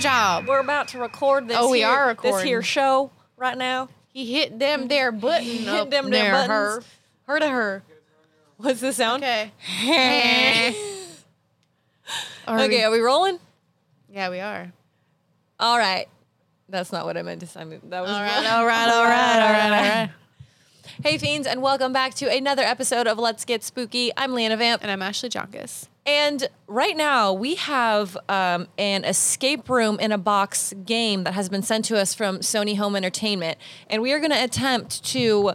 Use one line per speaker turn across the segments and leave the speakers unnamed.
job.
We're about to record this.
Oh, we
here,
are
this
recording.
here show right now.
He hit them there button
hit
up
them there
there.
buttons.
her, her to her.
What's the sound?
Okay. Are we-
Okay, are we rolling?
yeah, we are.
All right. That's not what I meant to sound. That was
All right. All right. All right. All right. All right.
Hey fiends, and welcome back to another episode of Let's Get Spooky. I'm Lana Vamp,
And I'm Ashley Jonkis.
and right now we have um, an escape room in a box game that has been sent to us from Sony Home Entertainment, and we are going to attempt to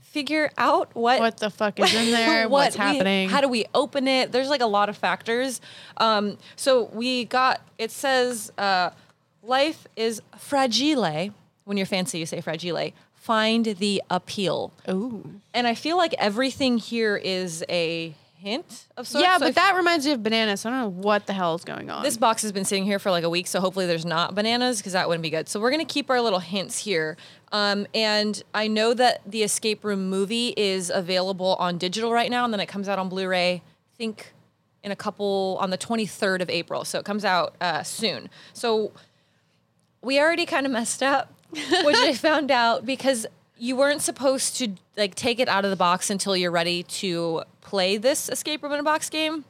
figure out what
What the fuck is in there?
what
What's
we-
happening?
how do we open it? There's like a lot of factors. Um, so we got it says uh, life is fragile. When you're fancy, you say fragile. Find the appeal.
Ooh.
And I feel like everything here is a hint of sorts.
Yeah,
So I
but that reminds me of bananas. So I don't know what the hell is going on.
this box has been sitting here for like a week, so hopefully there's not bananas because that wouldn't be good. So we're gonna keep our little hints here. Um, and I know that the escape room movie is available on digital right now, and then it comes out on Blu-ray. I think in a couple on the 23rd of April, so it comes out uh, soon. So we already kind of messed up, which I found out because you weren't supposed to like take it out of the box until you're ready to play this escape room in a box game.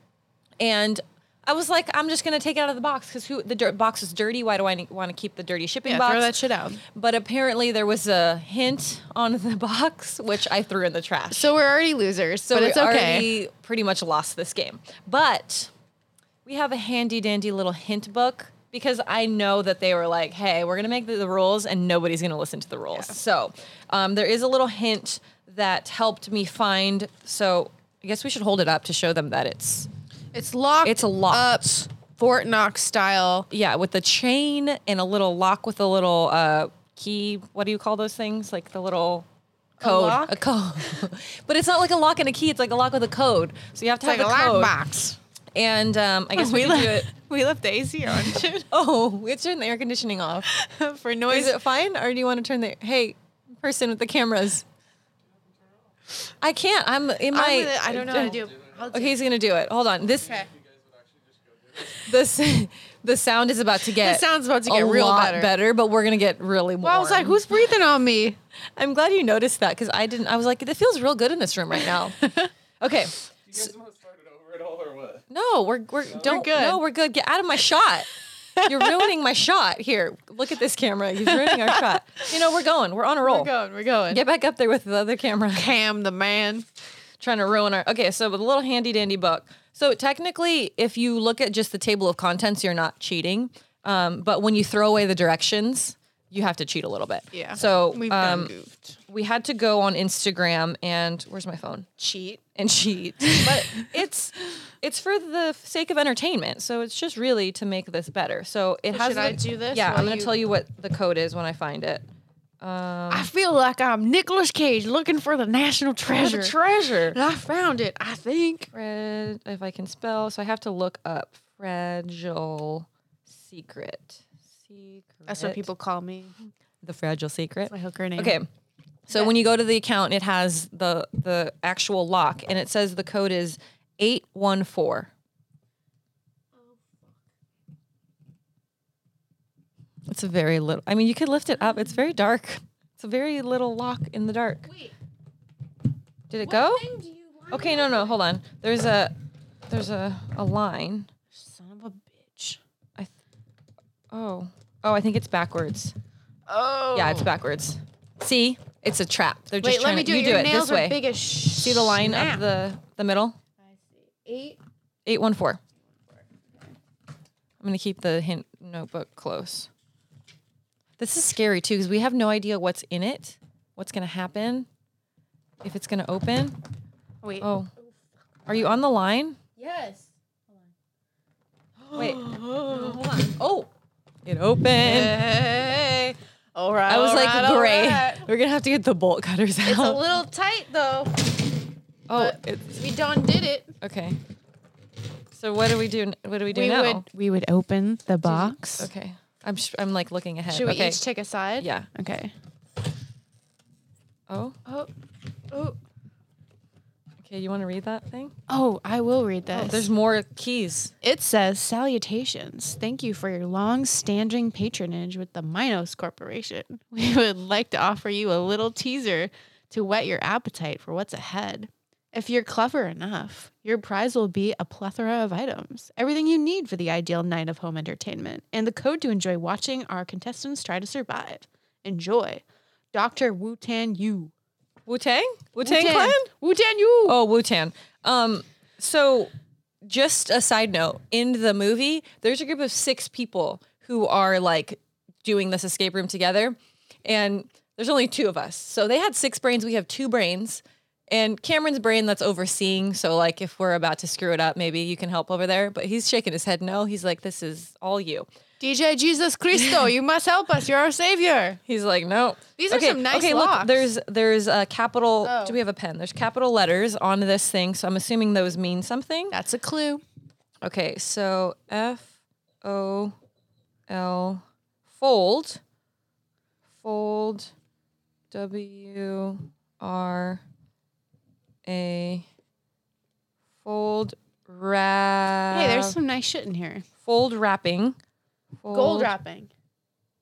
And I was like, I'm just gonna take it out of the box because who the dirt box is dirty. Why do I want to keep the dirty shipping
yeah,
box?
throw that shit out.
But apparently there was a hint on the box which I threw in the trash.
So we're already losers,
So
but
we
it's okay.
already pretty much lost this game. But we have a handy dandy little hint book because I know that they were like, hey, we're going to make the, the rules and nobody's going to listen to the rules. So um, there is a little hint that helped me find. So I guess we should hold it up to show them that it's,
It's locked.
It's locked.
Up Fort Knox style.
yeah, with the chain and a little lock with a little uh, key. What do you call those things? Like the little. Code,
lock?
code, but it's not like a lock and a key. It's like a lock with a code. So you have to
It's like
have
a
the code.
lockbox.
And um, I guess we,
Oh, We
can do
left-
it.
We left the AC on shit
Oh, we turn the air conditioning off.
for
Oh. Is
noise.
it fine, or do you want to turn the? Hey, person with the cameras. I can't. I'm in my.
I'm gonna- I don't know how to do. I'll do
Okay, he's gonna do it. Hold on. This
Okay.
this the sound is about to get.
sound's about to get
a
real
lot
better.
but we're gonna get really. Warm.
Well, I was like, who's breathing on me?
I'm glad you noticed that because I didn't. I was like, it feels real good in this room right now. okay.
You guys want to start it over at all or what?
No, we're we're don't
good.
No, we're good. Get out of my shot. You're ruining my shot. Here, look at this camera. He's ruining our shot. You know, we're going. We're on a roll.
We're going. We're going.
Get back up there with the other camera,
Cam, the man.
trying to ruin our. Okay, so with a little handy dandy book. So technically, if you look at just the table of contents, you're not cheating. Um, but when you throw away the directions, you have to cheat a little bit.
Yeah.
So
we've
um,
done goofed.
we had to go on Instagram and where's my phone?
Cheat.
and cheat. But it's it's for the sake of entertainment. So it's just really to make this better. So it
So
has.
should
the-
I do this
Yeah, I'm
while
gonna
you-
tell you what the code is when I find it. Um,
I feel like I'm Nicolas Cage looking for the national treasure.
treasure.
and I found it, I think.
Fred, if I can spell, so I have to look up fragile secret. Secret.
That's what people call me.
The fragile secret.
My hooker name.
Okay. So when you go to the account, it has the the actual lock, and it says the code is eight one four. It's a very little. I mean, you could lift it up. It's very dark. It's a very little lock in the dark.
Wait.
Did it go?
When do you want
Okay. No. No. Hold on. There's a there's a a line.
Son of a bitch.
I th- oh oh I think it's backwards.
Oh.
Yeah, it's backwards. See, it's a trap. They're just
Wait, let
trying
me
to-
do
you
it. Your
do it
nails
this way.
are big as
See the line up the the middle?
Eight.
814. I'm going to keep the hint notebook close. This is scary too cuz we have no idea what's in it, what's going to happen, if it's going to open.
Wait.
Oh. Are you on the line?
Yes.
Wait. Oh. It opened.
Hey. All right.
I was
all
like,
right, all
"Great.
right."
We're going to have to get the bolt cutters out."
It's a little tight though.
oh,
but-
it's
We done did it.
okay. So what do we do n- what do we do
We
now?
would we would open the box.
okay. I'm sh- I'm like looking ahead.
Should we
okay.
each take a side?
yeah.
Okay.
Oh.
Oh. Oh.
Okay, you want to read that thing?
Oh, I will read this.
There's more keys.
It says, Salutations. Thank you for your long standing patronage with the Minos Corporation. We would like to offer you a little teaser to whet your appetite for what's ahead. If you're clever enough, your prize will be a plethora of items, everything you need for the ideal night of home entertainment, and the code to enjoy watching our contestants try to survive. Enjoy. Dr. Wu Tan Yu.
Wu Tang? Wu Tang Clan?
Wu Tan Yu.
Oh, Wu Tan. Um, so just a side note, in the movie, there's a group of six people who are like doing this escape room together, and there's only two of us. So they had six brains, we have two brains. And Cameron's brain that's overseeing, so like if we're about to screw it up, maybe you can help over there. But he's shaking his head no. He's like, This is all you.
DJ Jesus Christo, you must help us. You're our savior.
He's like, no.
These are some nice
Okay,
locks.
look, there's there's a capital.
Oh.
Do we have a pen? There's capital letters on this thing, so I'm assuming those mean something.
That's a clue.
Okay, so F O L fold fold W R A fold wrap.
Hey, there's some nice shit in here.
fold wrapping.
Gold
Fold-
wrapping.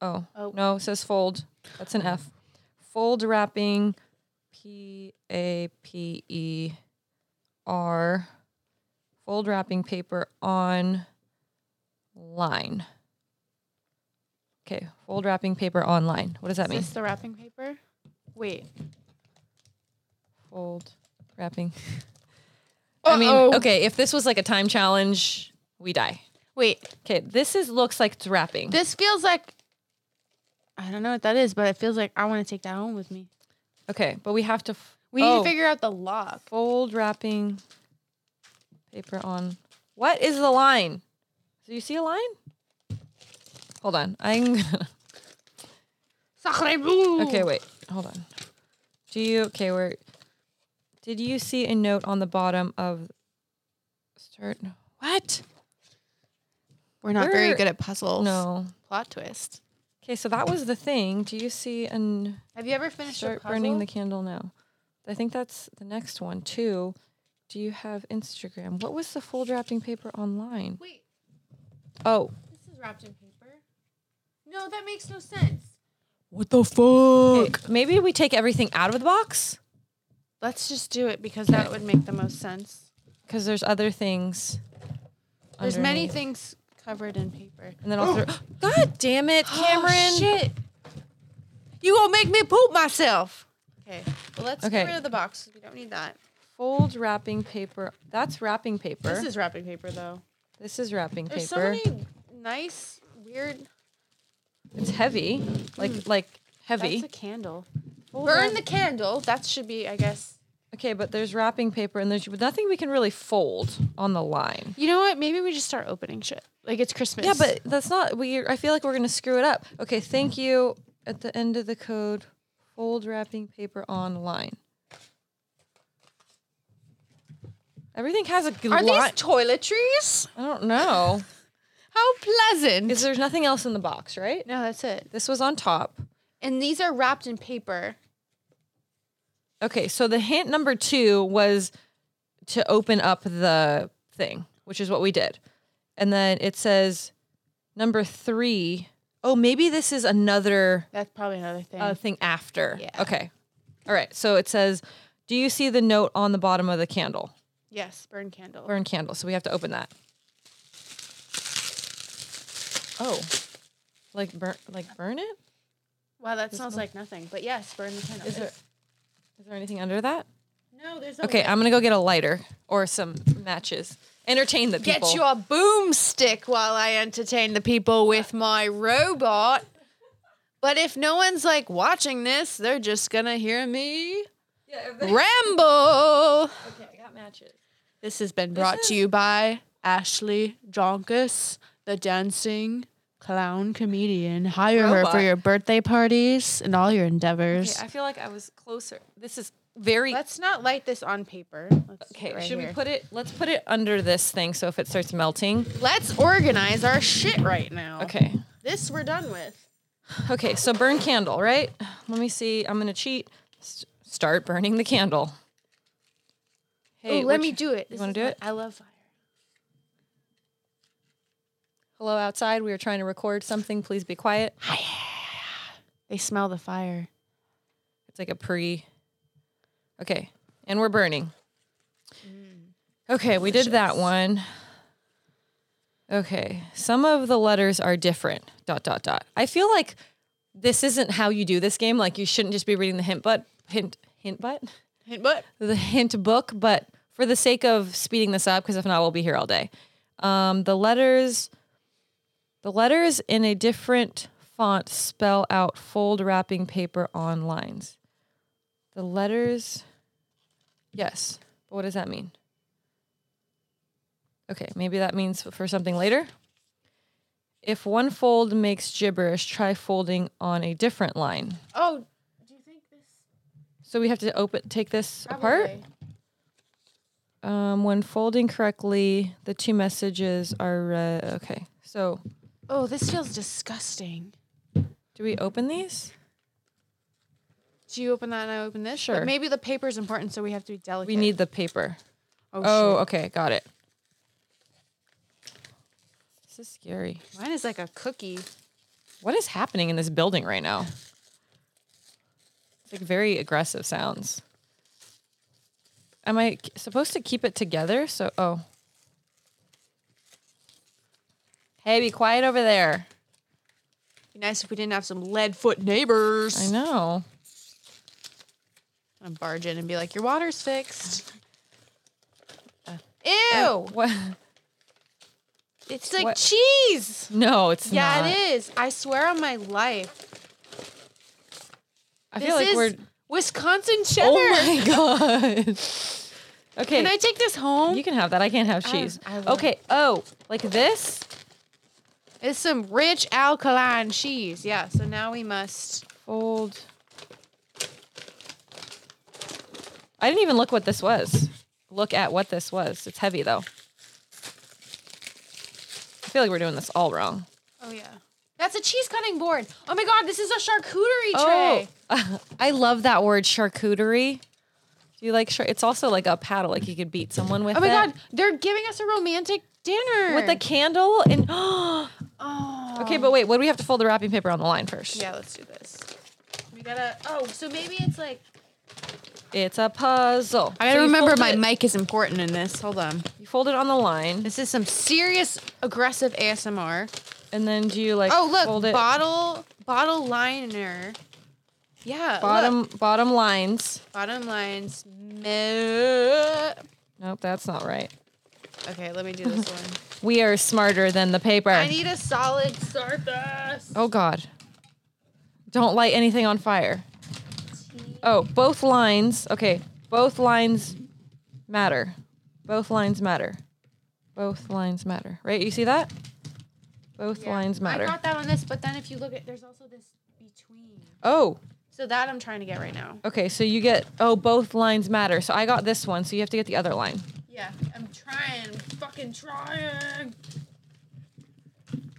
Oh,
Oh.
no, it says fold. That's an F. Fold wrapping, P A P E R. Fold wrapping paper on line. Okay, fold wrapping paper online. What does that
Is
mean?
this the wrapping paper? Wait.
Fold wrapping. I mean,
Uh-oh.
okay, if this was like a time challenge, we die.
Wait.
Okay, this is looks like it's wrapping.
This feels like I don't know what that is, but it feels like I want to take that home with me.
okay, but we have to f-
We need
oh.
to figure out the lock.
fold wrapping paper on. What is the line? Do you see a line? Hold on. I'm gonna. Okay, wait. Hold on. Do you okay? Where did you see a note on the bottom of start? What?
We're not very
We're-
good at puzzles.
No.
Plot twist.
Okay, so that was the thing. Do you see an
Have you ever finished a
start
puzzle?
burning the candle now? I think that's the next one too. Do you have Instagram? What was the fold wrapping paper online?
Wait,
Oh,
this is wrapped in paper. No, that makes no sense.
What the fuck? maybe we take everything out of the box
Let's just do it because that would make the most sense.
because there's other things.
There's many
underneath.
things covered in paper.
And then I'll throw. God damn it, Cameron!
Oh, shit. You gonna make me poop myself.
Okay, well let's
Okay.
get rid of the box. 'cause We don't need that.
Fold wrapping paper. That's wrapping paper.
This is wrapping paper though.
This is wrapping
There's so
paper.
many nice, weird.
it's heavy, like like heavy.
That's a candle.
Burn the candle. That should be, I guess.
okay, but there's wrapping paper and there's nothing we can really fold on the line.
You know what? Maybe we just start opening shit. Like it's Christmas.
Yeah, but that's not. We. I feel like we're gonna screw it up. Okay, thank you. At the end of the code, fold wrapping paper online. Everything has a good
Are these
line.
toiletries?
I don't know.
how pleasant.
Because there's nothing else in the box, right?
No, that's it.
This was on top.
And these are wrapped in paper.
Okay, so the hint number two was to open up the thing, which is what we did. And then it says number three. Oh, maybe this is another
That's probably another thing.
uh, thing after.
Yeah.
Okay. All right. So it says, "Do you see the note on the bottom of the candle?
yes, burn candle.
Burn candle." So we have to open that. Oh, like burn, like burn it.
Wow, that sounds like nothing. But yes, burn the candle.
Is there is there anything under that?
No, there's no.
Okay, I'm gonna go get a lighter or some matches. Entertain the people.
Get your boomstick while I entertain the people with my robot. But if no one's like watching this, they're just gonna hear me ramble.
okay, I got matches.
This has been brought to you by Ashley Jonkus, the dancing clown comedian. Hire her for
Robot.
your birthday parties and all your endeavors.
Okay, I feel like I was closer. This is very
Let's not light this on paper. Let's do
okay.
it right
should
here.
we put it? Let's put it under this thing. So if it starts melting,
Let's organize our shit right now.
okay.
this? We're done with.
Okay, so burn candle, right? Let me see. I'm gonna cheat. S- start burning the candle. Hey,
Ooh, let
which-
me do it. This
wanna
is
do
my-
it?
I love fire.
Hello outside. We are trying to record something. Please be quiet.
They smell the fire.
It's like a pre. Okay, and we're burning.
Mm.
Okay, we did that one. Okay, some of the letters are different. Dot dot dot. I feel like this isn't how you do this game. Like you shouldn't just be reading the hint but hint hint but
But
the hint book. But for the sake of speeding this up, because if not, we'll be here all day. Um, the letters, the letters in a different font spell out fold wrapping paper on lines. The letters, yes, but what does that mean? Okay, maybe that means for something later. If one fold makes gibberish, try folding on a different line.
Oh, do you think this?
So we have to open, take this apart.
Probably.
Um, when folding correctly, the two messages are read. Okay, so
oh, this feels disgusting.
do we open these?
Do you open that and I open this?
Sure.
But maybe the paper is important, so we have to be delicate.
We need the paper.
Oh,
Oh,
shoot.
okay, got it. This is scary.
mine is like a cookie.
What is happening in this building right now? It's like very aggressive sounds. Am I k- supposed to keep it together? So, oh. Hey, be quiet over there.
Be nice if we didn't have some lead foot neighbors.
I know.
I'm barge in and be like, your water's fixed.
Uh,
Ew!
What?
it's like
oh, what-
cheese.
No, it's
Yeah,
not.
it is. I swear on my life.
I
This
feel like
is
we're.
Wisconsin cheddar.
Oh my god. Okay,
Can I take this home?
you can have that. I can't have cheese.
I will.
okay. Oh, like this.
It's some rich alkaline cheese. Yeah, so now we must.
Fold. I didn't even look what this was. Look at what this was. It's heavy though. I feel like we're doing this all wrong.
Oh, yeah. That's a cheese cutting board. Oh my God, this is a charcuterie
Oh,
tray.
I love that word charcuterie. Do you like char- It's also like a paddle, like you could beat someone with.
Oh my
it.
God, they're giving us a romantic dinner.
With a candle and
Oh.
Okay, but wait, what do we have to fold the wrapping paper on the line first?
Yeah, let's do this. We gotta. Oh, so maybe it's like.
It's a puzzle.
I gotta
So you
remember
fold
my
it-
mic is important in this. Hold on.
You fold it on the line,
This is some serious aggressive ASMR.
and then do you like
Oh
fold
look,
it
bottle bottle liner. Yeah.
bottom
look.
bottom lines?
bottom lines. mo-
Nope, that's not right.
Okay, let me do this one.
We are smarter than the paper.
I need a solid surface.
oh God! Don't light anything on fire. Oh, both lines. Okay, both lines matter. Both lines matter. Both lines matter. Right? You see that? Both lines matter.
I got that on this, but then if you look at, there's also this between.
oh.
So that I'm trying to get right now.
Okay, so you get oh both lines matter. So I got this one, so you have to get the other line.
Yeah, I'm trying, fucking trying.
I'm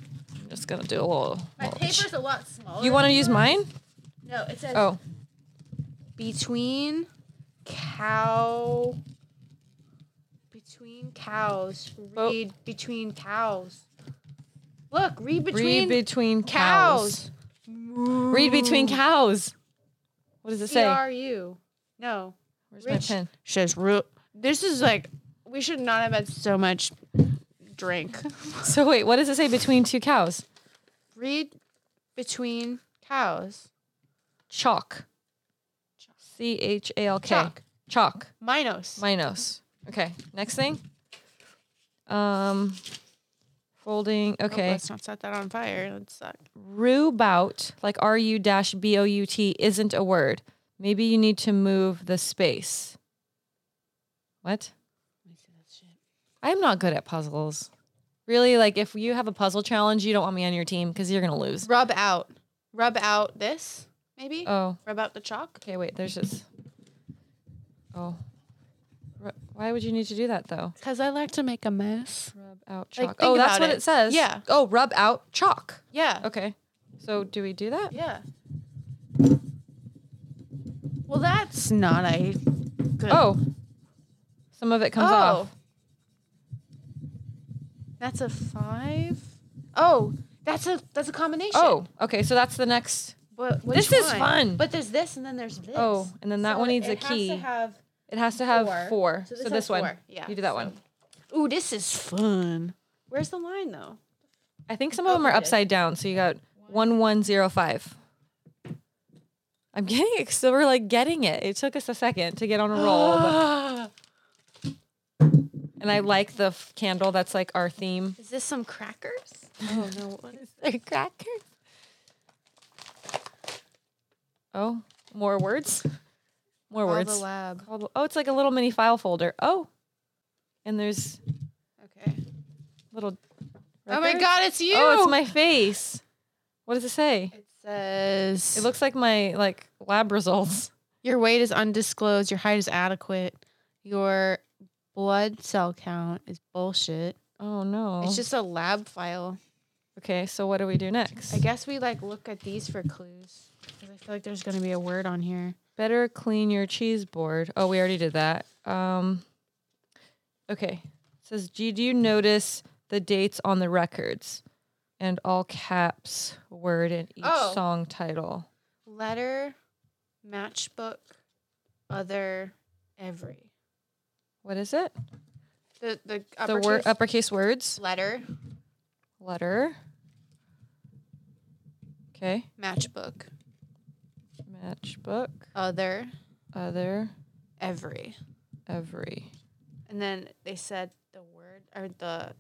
just gonna do a little.
My
little-
paper's a lot smaller.
you want to
than
use
yours.
mine?
No, it says
Oh,
between cow between cows
Oh.
read between cows look read
read
between
between cows. Read between cows. What does it say?
cru no
Where's
Rich-
my pen?
says ru- this is like we should not have had so much drink
So wait, what does it say between two cows?
read between cows
Chalk. C H A L K.
Chalk.
Chalk.
minos
Minos. Okay. Next thing. Um. Folding.
Oh,
Okay.
let's not set that on fire that'd suck
Rubout, like R U dash B O U T, isn't a word. Maybe you need to move the space. What? I'm not good at puzzles. Really, like if you have a puzzle challenge, you don't want me on your team because you're gonna lose.
rub out rub out this maybe
Oh,
rub out the chalk
okay. Wait, there's this. Oh, Ru- why would you need to do that though?
Because I like to make a mess.
Rub out
Like,
chalk.
think
oh, that's
about
what
it.
it says.
Yeah.
Oh, rub out chalk.
Yeah.
Okay. So do we do that?
Yeah. Well, that's not a good.
Oh, Some of it comes
Oh.
off.
That's a five.
Oh, that's a that's a combination.
Oh, okay. So that's the next.
But
This
which
is
one?
fun.
But there's this, and then there's this.
Oh, and then that
So
one needs
it
a
has
key.
to have
it has to have
four.
four.
So
So
this
this,
has
one.
four. Yeah,
You do that
so-
one.
Ooh, this is fun. Where's the line though?
I think
Oh,
some of them are upside down. So you got one one zero five. I'm getting it. So we're like getting it. It took us a second to get on a roll. but- and I like the f- candle. That's like our theme.
Is this some crackers? Oh no, what is
They're crackers. Oh, more words. More
All
words.
the lab?
Called- Oh, it's like a little mini file folder. Oh, and there's
Okay.
little.
Oh my
records.
god, it's you.
Oh, it's my face. What does it say?
It says
It looks like my like lab results.
your weight is undisclosed, your height is adequate, your blood cell count is bullshit.
Oh no.
It's just a lab file.
okay. So what do we do next?
I guess we like look at these for clues because I feel like there's gonna be a word on here.
Better clean your cheese board. Oh, we already did that. Um. Okay. It says, G, do you notice the dates on the records? And all caps word in each
Oh.
song title.
Letter, matchbook, other, every.
What is it?
The the
The
uppercase
word uppercase words.
letter
Letter. Okay.
matchbook
Matchbook.
other
Other.
every,
Every.
and then they said the word or the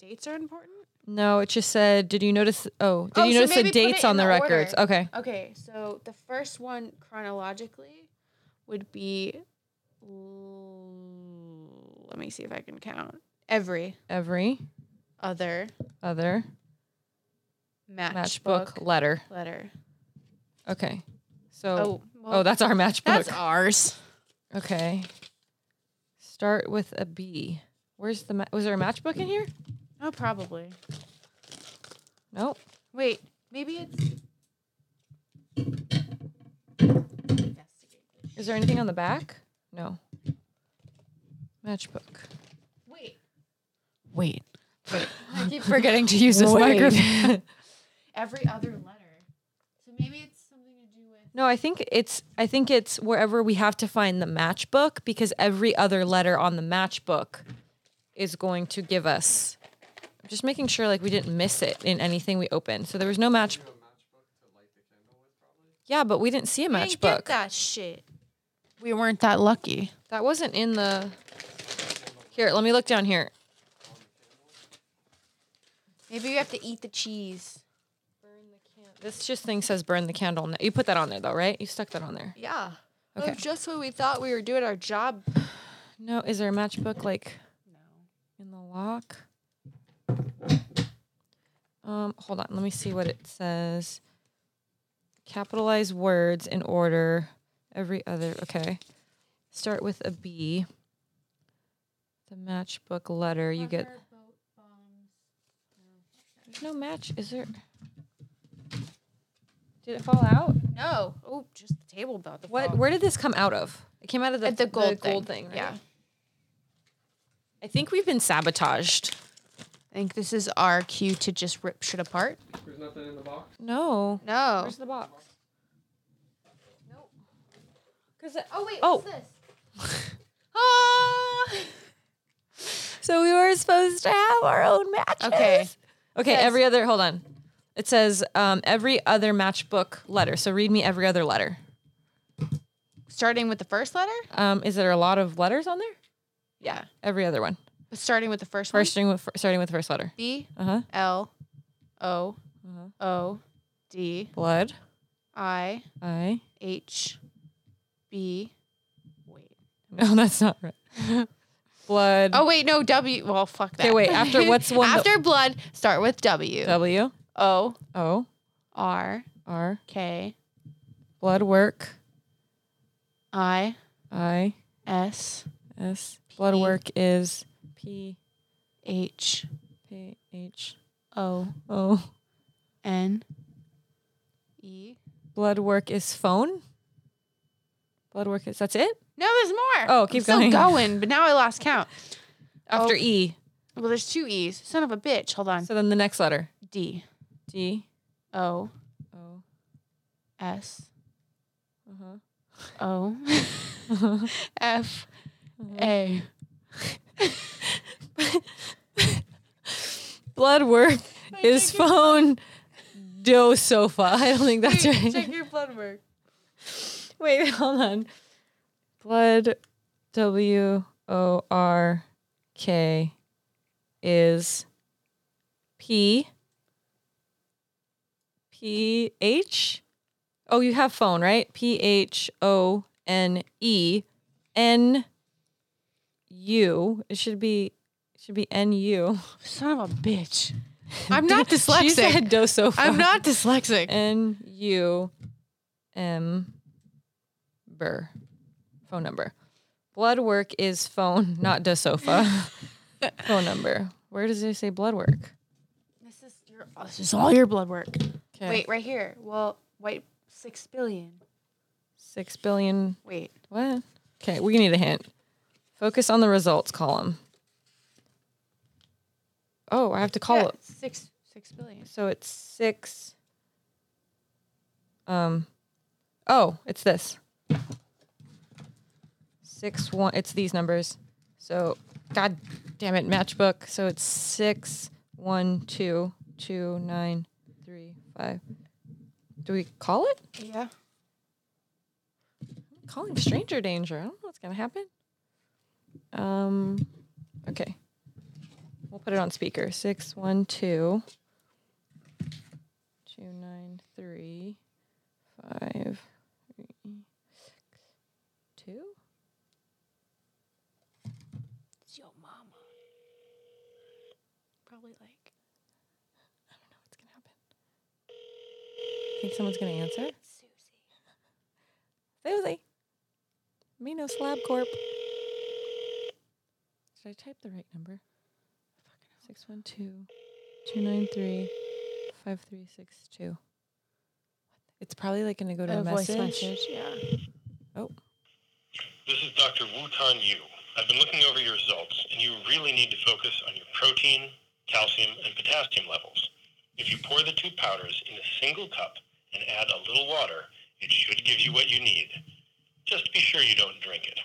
dates are important.
No, it just said, did you notice? Oh, did
Oh,
you
so
notice the
maybe put it
dates on
in
the,
the
records?
order.
Okay.
Okay, so the first one chronologically would be. l- Let me see if I can count. Every
Every
other
other matchbook,
matchbook,
letter.
letter.
Okay. So, oh,
Oh, well,
that's our matchbook.
that's ours.
okay. Start with a B. Where's the, ma- was there a matchbook in here?
Oh, probably.
Nope.
Wait, maybe it's
Is there anything on the back? No. Matchbook.
wait. Wait. I keep forgetting
Forgetting to use this
Wait.
microphone.
every other letter. So maybe it's something to do with.
No, I think it's I think it's wherever we have to find the matchbook because every other letter on the matchbook is going to give us. I'm just making sure like we didn't miss it in anything we opened. So there was no match. Yeah, but we didn't see a
We didn't get
matchbook. That.
that shit. We weren't that lucky.
wasn't in the. Here, let me look down here.
Maybe you have to eat the cheese.
This just thing says burn the candle. You put that on there though, right? You stuck that on there.
Yeah.
Okay.
That's just what we thought we were doing our job.
No, is there a matchbook like
No.
in the lock. Um, hold on, let me see what it says. Capitalize words in order. Every other okay. Start with a B. The matchbook letter you get. There's no match. Is there? Did it fall out?
No. Oh, just the table belt. The
What?
fall.
Where did this come out of? It came out of the,
Oh. At the gold thing.
gold thing. right?
Yeah.
I think we've been sabotaged.
I think this is our cue to just rip shit apart.
There's nothing in the box.
No.
No.
Where's the box?
Nope.
Cause it,
Oh wait,
Oh.
what's this?
Ah!
So we were supposed to have our own matches.
Okay.
Okay. Every other. Hold on. It says um, every other matchbook letter. So read me every other letter.
Starting with the first letter?
Um, is there a lot of letters on there?
Yeah.
Every other one.
Starting with the first,
First starting with starting with the first letter.
one. B
Uh huh.
L O
Uh-huh.
O D
Blood.
I
I.
H B Wait.
No, that's not right. Blood.
Oh wait, no W. Well, fuck that.
Okay, wait, after what's one-
after blood, start with W
W.
O
O.
R
R.
K
Blood work.
I
I.
S
S. Blood
P.
work is P.
H
P. H.
O
O.
N E
Blood work is phone. Blood work is that's it.
No, there's more.
Oh, keep
I'm
going.
Still going, but now I lost count.
After
Oh.
E.
Well, there's two E's. Son of a bitch. Hold on.
So then the next letter.
D
D.
O
O.
S
Uh-huh.
O F A.
Bloodwork is phone do sofa. I don't think that's right.
your blood work.
Wait, hold on. Blood W O R K is P P H. Oh, you have phone, right? P H O N E N U. It should be it should be N U.
Son of a bitch. I'm not dyslexic.
She said dosophone.
I'm not dyslexic.
N U M Burr. Phone number. Blood work is phone, not da sofa. phone number. Where does it say blood work?
This is your. oh, This is all your blood work.
Okay.
Wait, right here. Well, white six billion.
Six billion.
Wait.
What? Okay, we need a hint. Focus on the results column. Oh, I have to call
Yeah,
it.
six six billion.
So it's six. Um, oh, it's this. Six one. It's these numbers. So, god damn it, matchbook. So it's six one two two nine three five. Do we call it?
Yeah.
Calling stranger danger. I don't know what's gonna happen. Um, okay. We'll put it on speaker. Six one two two nine three five three two.
It's your mama. Probably like
I don't know what's gonna happen. Think someone's gonna answer?
Susie.
Susie. Mino Slab Corp. Did I type the right number? Six one two two nine three five three six two. It's probably like gonna go to a, message. Oh.
Yeah.
This is Dr. Wu Tan Yu. I've been looking over your results, and you really need to focus on your protein, calcium, and potassium levels. If you pour the two powders in a single cup and add a little water, it should give you what you need. Just be sure you don't drink it.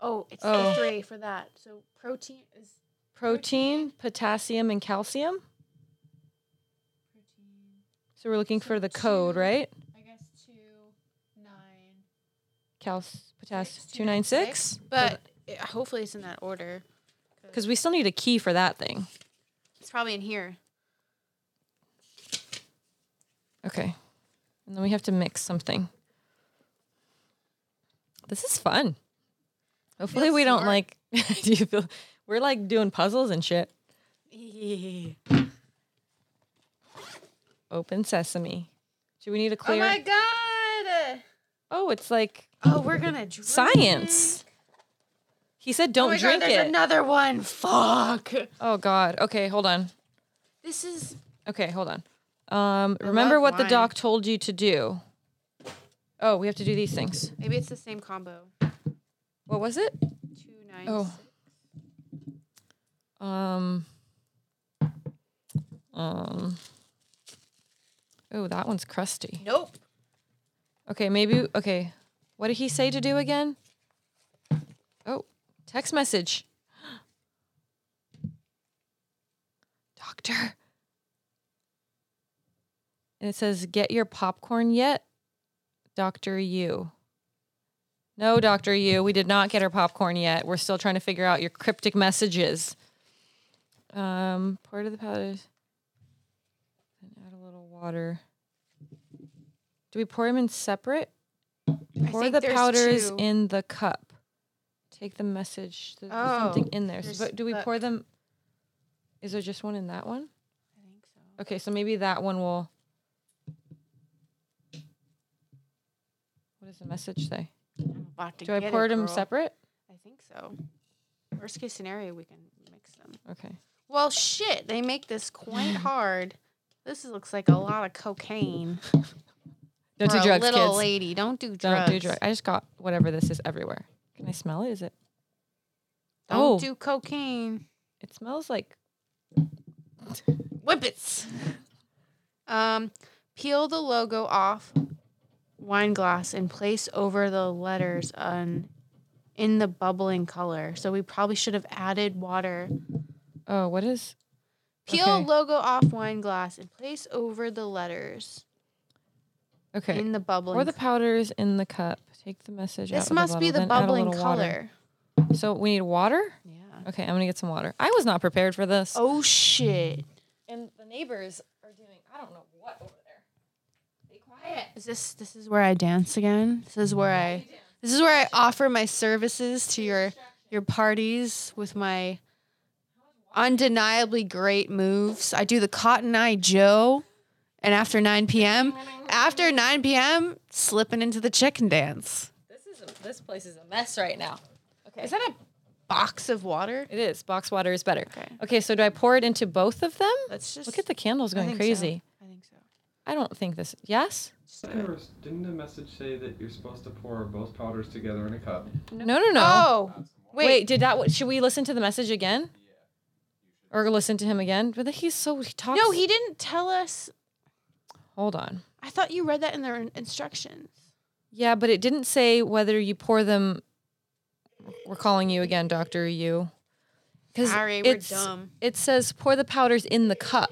Oh, it's
Oh.
the three for that. So protein is
Protein, potassium, and calcium.
Protein.
So we're looking for the code, right?
I guess two, nine.
Cal potassium two nine six.
but it, hopefully it's in that order.
because we still need a key for that thing.
It's probably in here.
Okay. And then we have to mix something. This is fun. Hopefully
feel
we don't
smart.
like do you feel we're like doing puzzles and shit. Open sesame. Do we need a
Oh
clear?
my god!
Oh, it's like
Oh, we're gonna drink.
science. He said
Oh
don't
my
drink
god, there's
it.
another one. Fuck.
oh god. Okay, hold on.
This is
Okay, hold on. Um, remember
love
what the
wine.
doc told you to do. Oh, we have to do these things.
maybe it's the same combo.
What was it?
Two nine.
Oh.
six.
Um. Um. Oh, that one's crusty.
Nope.
Okay, maybe. Okay, what did he say to do again? Oh, text message. Doctor. And it says, "Get your popcorn yet, Doctor You." No, Doctor You, we did not get our popcorn yet. We're still trying to figure out your cryptic messages. Um, pour to the powders and add a little water. Do we pour them in separate?
I
Pour
think
the
there's
powders
two.
in the cup. Take the message. There's something
Oh,
in there.
there's-
So, but do we
but-
pour them? Is there just one in that one?
I think so.
Okay, so maybe that one will. What does the message say?
I'm about to
Do I
get
pour
it,
them
girl.
separate?
I think so. Worst case scenario, we can mix them.
Okay.
Well, shit, they make this quite hard. This is- looks like a lot of cocaine.
Don't
for
do
a
drugs,
little
kids.
lady. Don't do
Don't
drugs.
do drugs. I just got whatever this is everywhere. Can I smell it? Is it?
Don't
oh,
do cocaine.
it smells like
Whippets. Um, peel the logo off wine glass and place over the letters on in the bubbling color. So we probably should have added water.
oh, what is?
Peel
Okay.
logo off wine glass and place over the letters
Okay.
in the bubbling.
Pour the powders in the cup. Take the message out.
this
of
must
the
be the
bottle, then add a
bubbling
little water.
color.
So we need water.
Yeah.
Okay, I'm gonna get some water. I was not prepared for this.
Oh shit.
And the neighbors are doing I don't know what over there. Be quiet.
Is this this is where I dance again? This is where I this is where I offer my services to your your parties with my undeniably great moves. I do the Cotton Eye Joe and after 9 p.m. after 9 p.m. slipping into the chicken dance.
This is a, this place is a mess right now. Okay.
Is that a box of water?
it is. Box water is better.
Okay.
Okay, so do I pour it into both of them?
Let's just
Look at the candles
I
going
think so.
crazy.
I think so.
I don't think this yes?
Didn't the message say that you're supposed to pour both powders together in a cup?
No no no.
Oh.
Wait,
Wait.
did that? Should we listen to the message again? Or listen to him again? But he's so he talks.
No, he didn't tell us.
Hold on.
I thought you read that in their instructions.
Yeah, but it didn't say whether you pour them. We're calling you again, Doctor You. Because
Sorry, we're dumb.
It says pour the powders in the cup.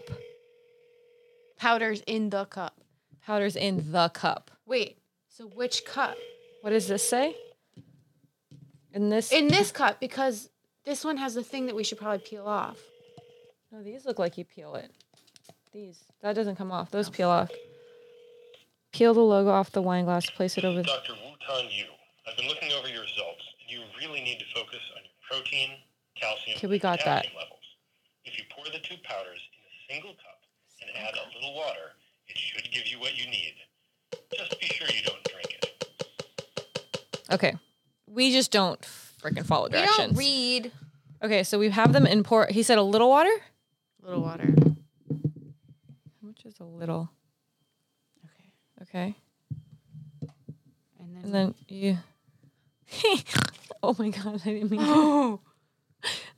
Powders in the cup.
Powders in the cup.
Wait. So which cup?
What does this say? In this.
In this cup because this one has the thing that we should probably peel off.
no, these look like you peel it. These. That doesn't come off. Those peel off. Peel the logo off the wine glass. Place it over. The,
Dr. Wu Tan Yu, I've been looking over your results, and you really need to focus on your protein, calcium,
Okay, we
and
got that.
potassium levels. If you pour the two powders in a single cup and add a little water, it should give you what you need. Just be sure you don't drink it.
okay. We just don't freaking follow
We
directions.
don't read.
okay, so we have them in pour. He said a little water.
Little water.
How much is a little?
Okay.
Okay.
And then,
And then you. oh my god! I didn't mean. I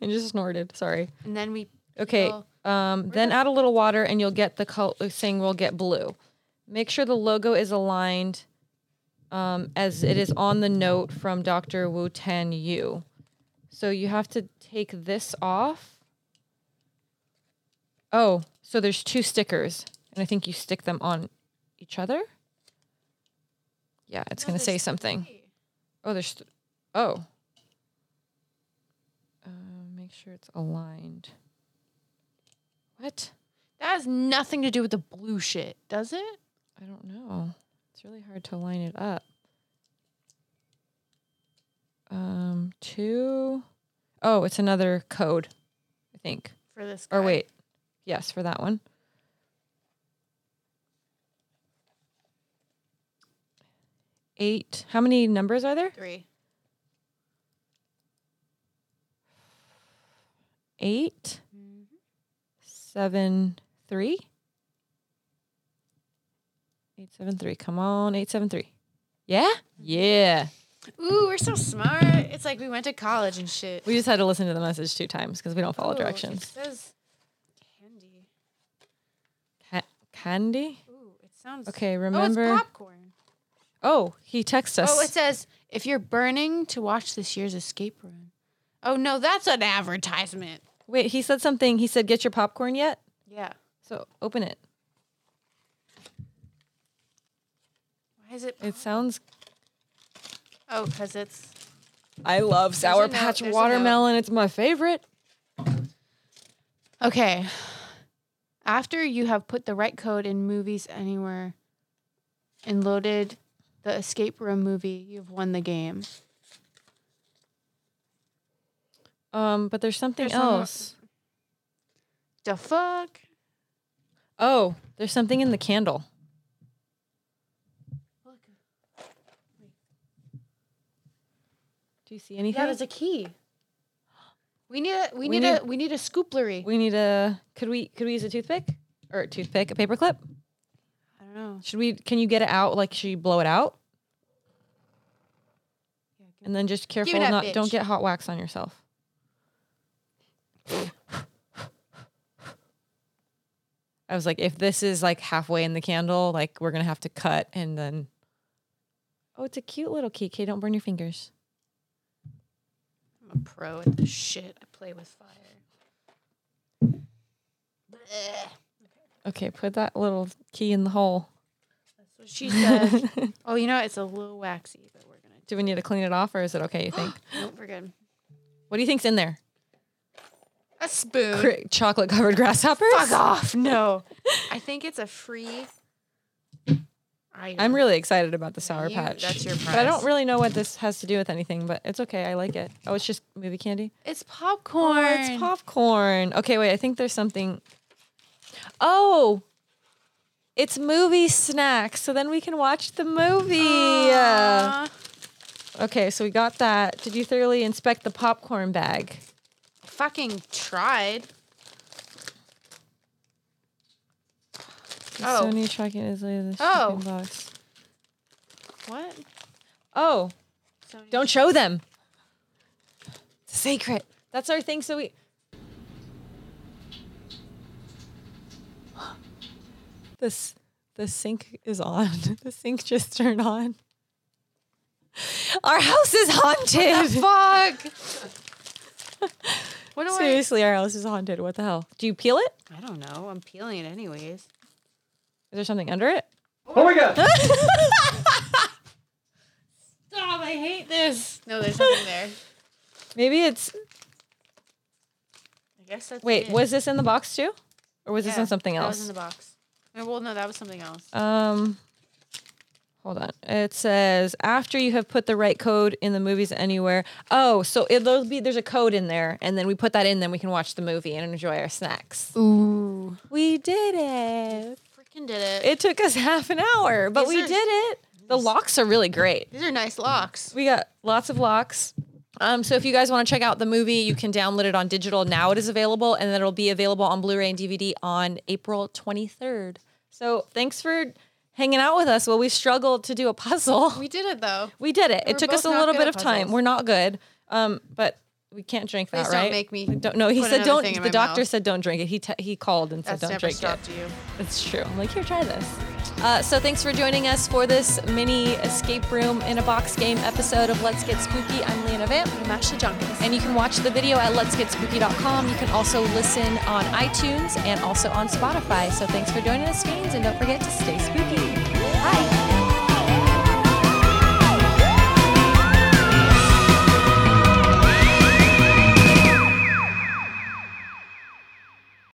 just snorted. Sorry.
and then we
Okay.
Well,
Um. Then add a little water, and you'll get the color. Saying we'll get blue. Make sure the logo is aligned, um, as it is on the note from Doctor Wu Tan Yu. So you have to take this off. Oh, so there's two stickers, and I think you stick them on each other. Yeah, it's gonna say something. Oh, there's. Th- oh. Uh, make sure it's aligned. What?
that has nothing to do with the blue shit, does it?
I don't know. It's really hard to line it up. Um, two. Oh, it's another code, I think.
For this
Or
guy.
wait, yes, for that one. Eight. How many numbers are there?
Three.
Eight. seven three. Eight seven three. Come on, eight seven three. Yeah, yeah.
Ooh, we're so smart. It's like we went to college and shit.
We just had to listen to the message two times because we don't follow
Ooh, It
directions.
says candy.
Ca- candy.
Ooh, it sounds
Okay,
Oh,
remember-
it's popcorn.
Oh, he texted us.
Oh, it says if you're burning to watch this year's escape room. Oh no, that's an advertisement.
Wait, he said something. He said, "Get your popcorn yet?"
Yeah.
So open it.
Why is it?
It sounds.
Oh, because it's
I love Sour
a note,
Patch
there's a
watermelon. It's my favorite.
Okay. After you have put the right code in movies anywhere and loaded the escape room movie, you've won the game.
Um, but there's something
There's some-
else.
The fuck?
Oh, there's something in the candle. Do you see anything?
That is a key. We need a we,
We
need,
need-
a we need a scooplery.
We need a. Could we? Could we use a toothpick or a toothpick? A paperclip?
I don't know.
Should we? Can you get it out? Like, should you blow it out? And then just careful,
that
not don't
bitch.
get hot wax on yourself. I was like, if this is like halfway in the candle, like we're gonna have to cut and then. Oh, it's a cute little key. Okay, don't burn your fingers.
I'm a pro at this shit. I play with fire. Blech.
Okay, put that little key in the hole.
That's what she said. oh, you know, it's a little waxy, but we're going to
Do we need to clean it off, or is it okay? You think?
do Nope, we're good.
what do you think's in there?
A spoon.
Chocolate covered grasshoppers.
Fuck off. No. I think it's a free item.
I'm really excited about the Sour
You-
Patch.
that's your
But I don't
prize.
really know what this has to do with anything, but it's okay. I like it. Oh, it's just movie candy?
It's popcorn.
Oh, it's popcorn. Okay, wait. I think there's something. Oh, it's movie snacks. So then we can watch the movie.
Aw.
Okay, so we got that. Did you thoroughly inspect the popcorn bag?
Fucking tried.
The
Oh.
Sony tracking is in the
Oh.
shipping box.
What?
Oh,
So
don't show them. It's sacred. That's our thing. So we. This the sink is on. The sink just turned on. Our house is haunted.
fuck. what do
Seriously, our house is haunted. What the hell? Do you peel it?
I? I don't know. I'm peeling it anyways.
Is there something under it?
Oh my god!
Stop! I hate this. No, there's nothing there.
Maybe it's.
I guess that's
Wait,
it.
was this in the box too, or was this
Yeah,
in something
that
else?
was in the box. Uh, Well, no, that was something else.
Um, hold on. It says after you have put the right code in the movies anywhere. Oh, so it'll be there's a code in there, and then we put that in, then we can watch the movie and enjoy our snacks.
Ooh,
We did it.
freaking did it.
It took us half an hour, but
These
we
are-
did it. The locks are really great.
These are nice locks.
We got lots of locks. Um, so if you guys want to check out the movie, you can download it on digital. Now it is available, and then it'll be available on Blu-ray and DVD on April 23rd. So thanks for hanging out with us. Well, we struggled to do a puzzle.
We did it though.
We did it. It
We're
took us a
both not
little
good
bit
at
of time.
puzzles.
We're not good, um, but we can't drink
Please
that,
don't
right?
make me
I Don't. No, he
put
said
another
don't.
thing in
The
my
doctor
mouth.
said don't drink it. He t- he called and said don't
That's never
drink it.
stopped you.
It's true. I'm like, here, try this. Uh, so thanks for joining us for this mini escape room in a box game episode of Let's Get Spooky. I'm Leanna Vamp.
I'm Ashley Jenkins.
And you can watch the video at letsgetspooky.com. You can also listen on iTunes and also on Spotify. So thanks for joining us, fiends, and don't forget to stay spooky. Bye.